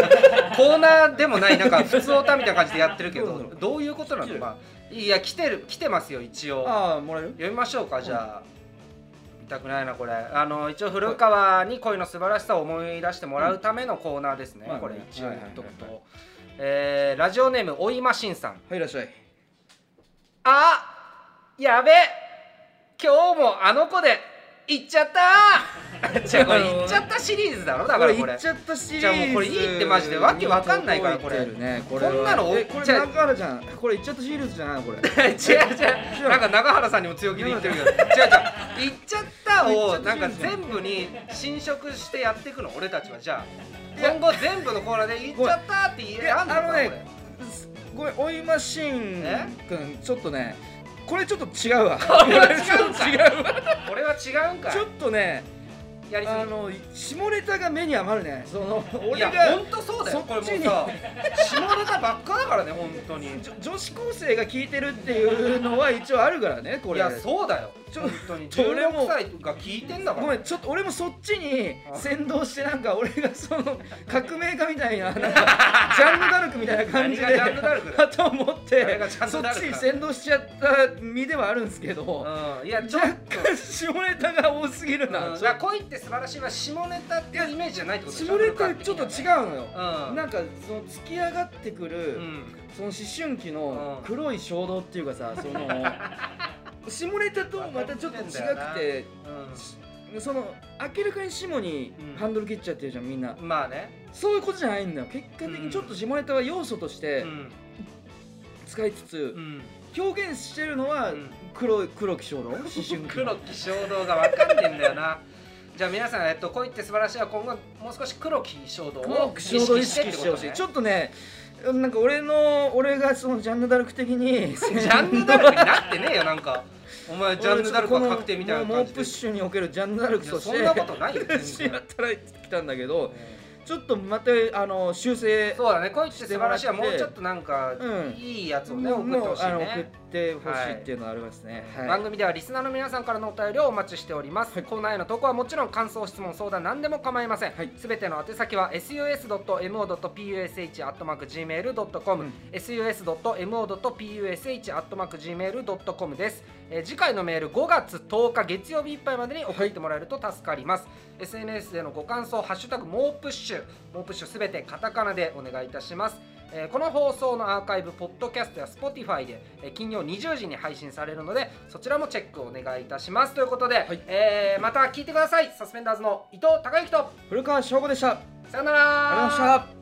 Speaker 1: コーナーでもないなんか普通オタみたいな感じでやってるけ
Speaker 2: どうな
Speaker 1: ど
Speaker 2: の
Speaker 1: どういうことな
Speaker 2: 来て
Speaker 1: の
Speaker 2: る
Speaker 1: まあいや来てる来てますよ一応
Speaker 2: ああもらえる。
Speaker 1: 読みましょうかじゃあ、見たくないなこれあの一応古川に恋の素晴らしさを思い出してもらうためのコーナーですね、
Speaker 2: うん
Speaker 1: これ一応言っとくと、
Speaker 2: はいはいはい
Speaker 1: えーラジオネームおいましんさん
Speaker 2: はいいらっしゃい。
Speaker 1: あやべ今日もあの子で行っちゃった じゃあこれ行っちゃったシリーズだろだからこ
Speaker 2: これ
Speaker 1: れ
Speaker 2: 行っちゃったシリーズ。
Speaker 1: じゃあもうこれいいってマジでわけわかんないからこれ
Speaker 2: 届いてるねこれは
Speaker 1: こんなの
Speaker 2: えこれ
Speaker 1: じゃあ
Speaker 2: 中原ちゃんこれ行っちゃったシリーズじゃないのこれ。
Speaker 1: 違う違うなんか長原さんにも強気で言ってるけ ど違う違う行っちゃったをなんか全部に侵食してやっていくの俺たちはじゃあ今後全部のコーナーで行っちゃったって言え
Speaker 2: いや
Speaker 1: やんのか
Speaker 2: あのね
Speaker 1: これ
Speaker 2: すごめん、追いマシーンくん、ちょっとね、これちょっと違うわ。
Speaker 1: これは違うんかい
Speaker 2: 違うわ。
Speaker 1: これは違うんかい
Speaker 2: ちょっとね、
Speaker 1: やりす
Speaker 2: あ
Speaker 1: ぎ
Speaker 2: の、下ネタが目に余るね。その、
Speaker 1: い
Speaker 2: 俺
Speaker 1: や
Speaker 2: が
Speaker 1: ほんとそうだ
Speaker 2: そ
Speaker 1: よ
Speaker 2: っち
Speaker 1: これもう
Speaker 2: に
Speaker 1: さ下ネタばっかだからね本当に
Speaker 2: じょ女子高生が聞いてるっていうのは一応あるからね、こ
Speaker 1: い
Speaker 2: れ。
Speaker 1: やそうだよ
Speaker 2: ちょ
Speaker 1: 本当に
Speaker 2: ちょ俺も
Speaker 1: 16歳が聞いてんだから
Speaker 2: ごめんちょっと俺もそっちに
Speaker 1: あ
Speaker 2: 先導してなんか俺がその革命家みたいななん かジャンヌ・ダルクみたいな感じで
Speaker 1: 何がジャンヌダルクだ
Speaker 2: 旗を持っ
Speaker 1: 誰
Speaker 2: て
Speaker 1: がジャン
Speaker 2: そ
Speaker 1: ヌダ
Speaker 2: っ
Speaker 1: ル
Speaker 2: ち
Speaker 1: クだ
Speaker 2: に先導しちゃった身ではあるんですけど、
Speaker 1: うんいやちょっ
Speaker 2: 若
Speaker 1: と
Speaker 2: 干下ネタが多すぎるな、
Speaker 1: うん
Speaker 2: ちょっ
Speaker 1: だから恋って素晴らしいは下ネタっていうイメージじゃないって
Speaker 2: と
Speaker 1: ことでし
Speaker 2: 下
Speaker 1: ょ
Speaker 2: ネタちょっと違うのよ、
Speaker 1: うん
Speaker 2: なんかその突き上がってくる、
Speaker 1: うん
Speaker 2: その思春期の
Speaker 1: うん
Speaker 2: 黒い衝動っていうかさそ の下ネタとまたちょっと違くてその明らかに下に
Speaker 1: うん
Speaker 2: ハンドル切っちゃってるじゃんみんな、
Speaker 1: うんまあね
Speaker 2: そういうことじゃないんだよ結果的にちょっと下ネタは要素とし
Speaker 1: う
Speaker 2: て
Speaker 1: ん
Speaker 2: 使いつつ
Speaker 1: う、ん
Speaker 2: 表現してるのは
Speaker 1: うん
Speaker 2: 黒い黒き衝動思春期の
Speaker 1: 黒き衝動が分かんねえんだよな じゃあ皆さん、えっと、恋って素晴らしいは今後もう少し黒き衝動を
Speaker 2: を
Speaker 1: 意
Speaker 2: 衝動
Speaker 1: 識
Speaker 2: 意
Speaker 1: してって
Speaker 2: 識し
Speaker 1: こ
Speaker 2: て
Speaker 1: と
Speaker 2: ほしい、
Speaker 1: ね
Speaker 2: ちょっとねなんか俺の俺がそのジャンヌ・ダルク的にジ
Speaker 1: ジャンヌダルクになってねえよなんかお前ジャンヌダルクは確定みたいな感じ
Speaker 2: プ
Speaker 1: で
Speaker 2: ッシュにおけるジャンヌ・ダルク
Speaker 1: い
Speaker 2: と
Speaker 1: や
Speaker 2: して
Speaker 1: そんなことないよ全
Speaker 2: 知
Speaker 1: 然
Speaker 2: ら働いてきたんだけどちょっとまたあの修正
Speaker 1: そうだね恋って素晴らしいはもう
Speaker 2: してもら
Speaker 1: ちょ
Speaker 2: って
Speaker 1: っとなんか、
Speaker 2: うん
Speaker 1: いいやつをね
Speaker 2: もう
Speaker 1: 送ってほしい
Speaker 2: もうあの送っ
Speaker 1: ね
Speaker 2: てほしいっていうのはありますね、はい
Speaker 1: 番組ではリスナーの皆さんからのお便りをお待ちしております、コーナーへの投稿はもちろん感想質問相談何でも構いません
Speaker 2: はい
Speaker 1: すべ、ての宛先は sus.mo.push.gmail.com、
Speaker 2: うん
Speaker 1: sus.mo.push.gmail.com です、えー次回のメール5月10日月曜日いっぱいまでに送ってもらえると助かります、SNS でのご感想「ハッシュタグもうプッシュ」もうプッシュすべてカタカナでお願いいたしますえーこの放送のアーカイブポッドキャストや Spotify で、えー金曜20時に配信されるのでそちらもチェックお願いいたしますということで、
Speaker 2: い
Speaker 1: えーまた聞いてくださいサスペンダーズの伊藤孝之と
Speaker 2: 古川翔吾でしたあり
Speaker 1: さよな
Speaker 2: がとう
Speaker 1: ら
Speaker 2: ございました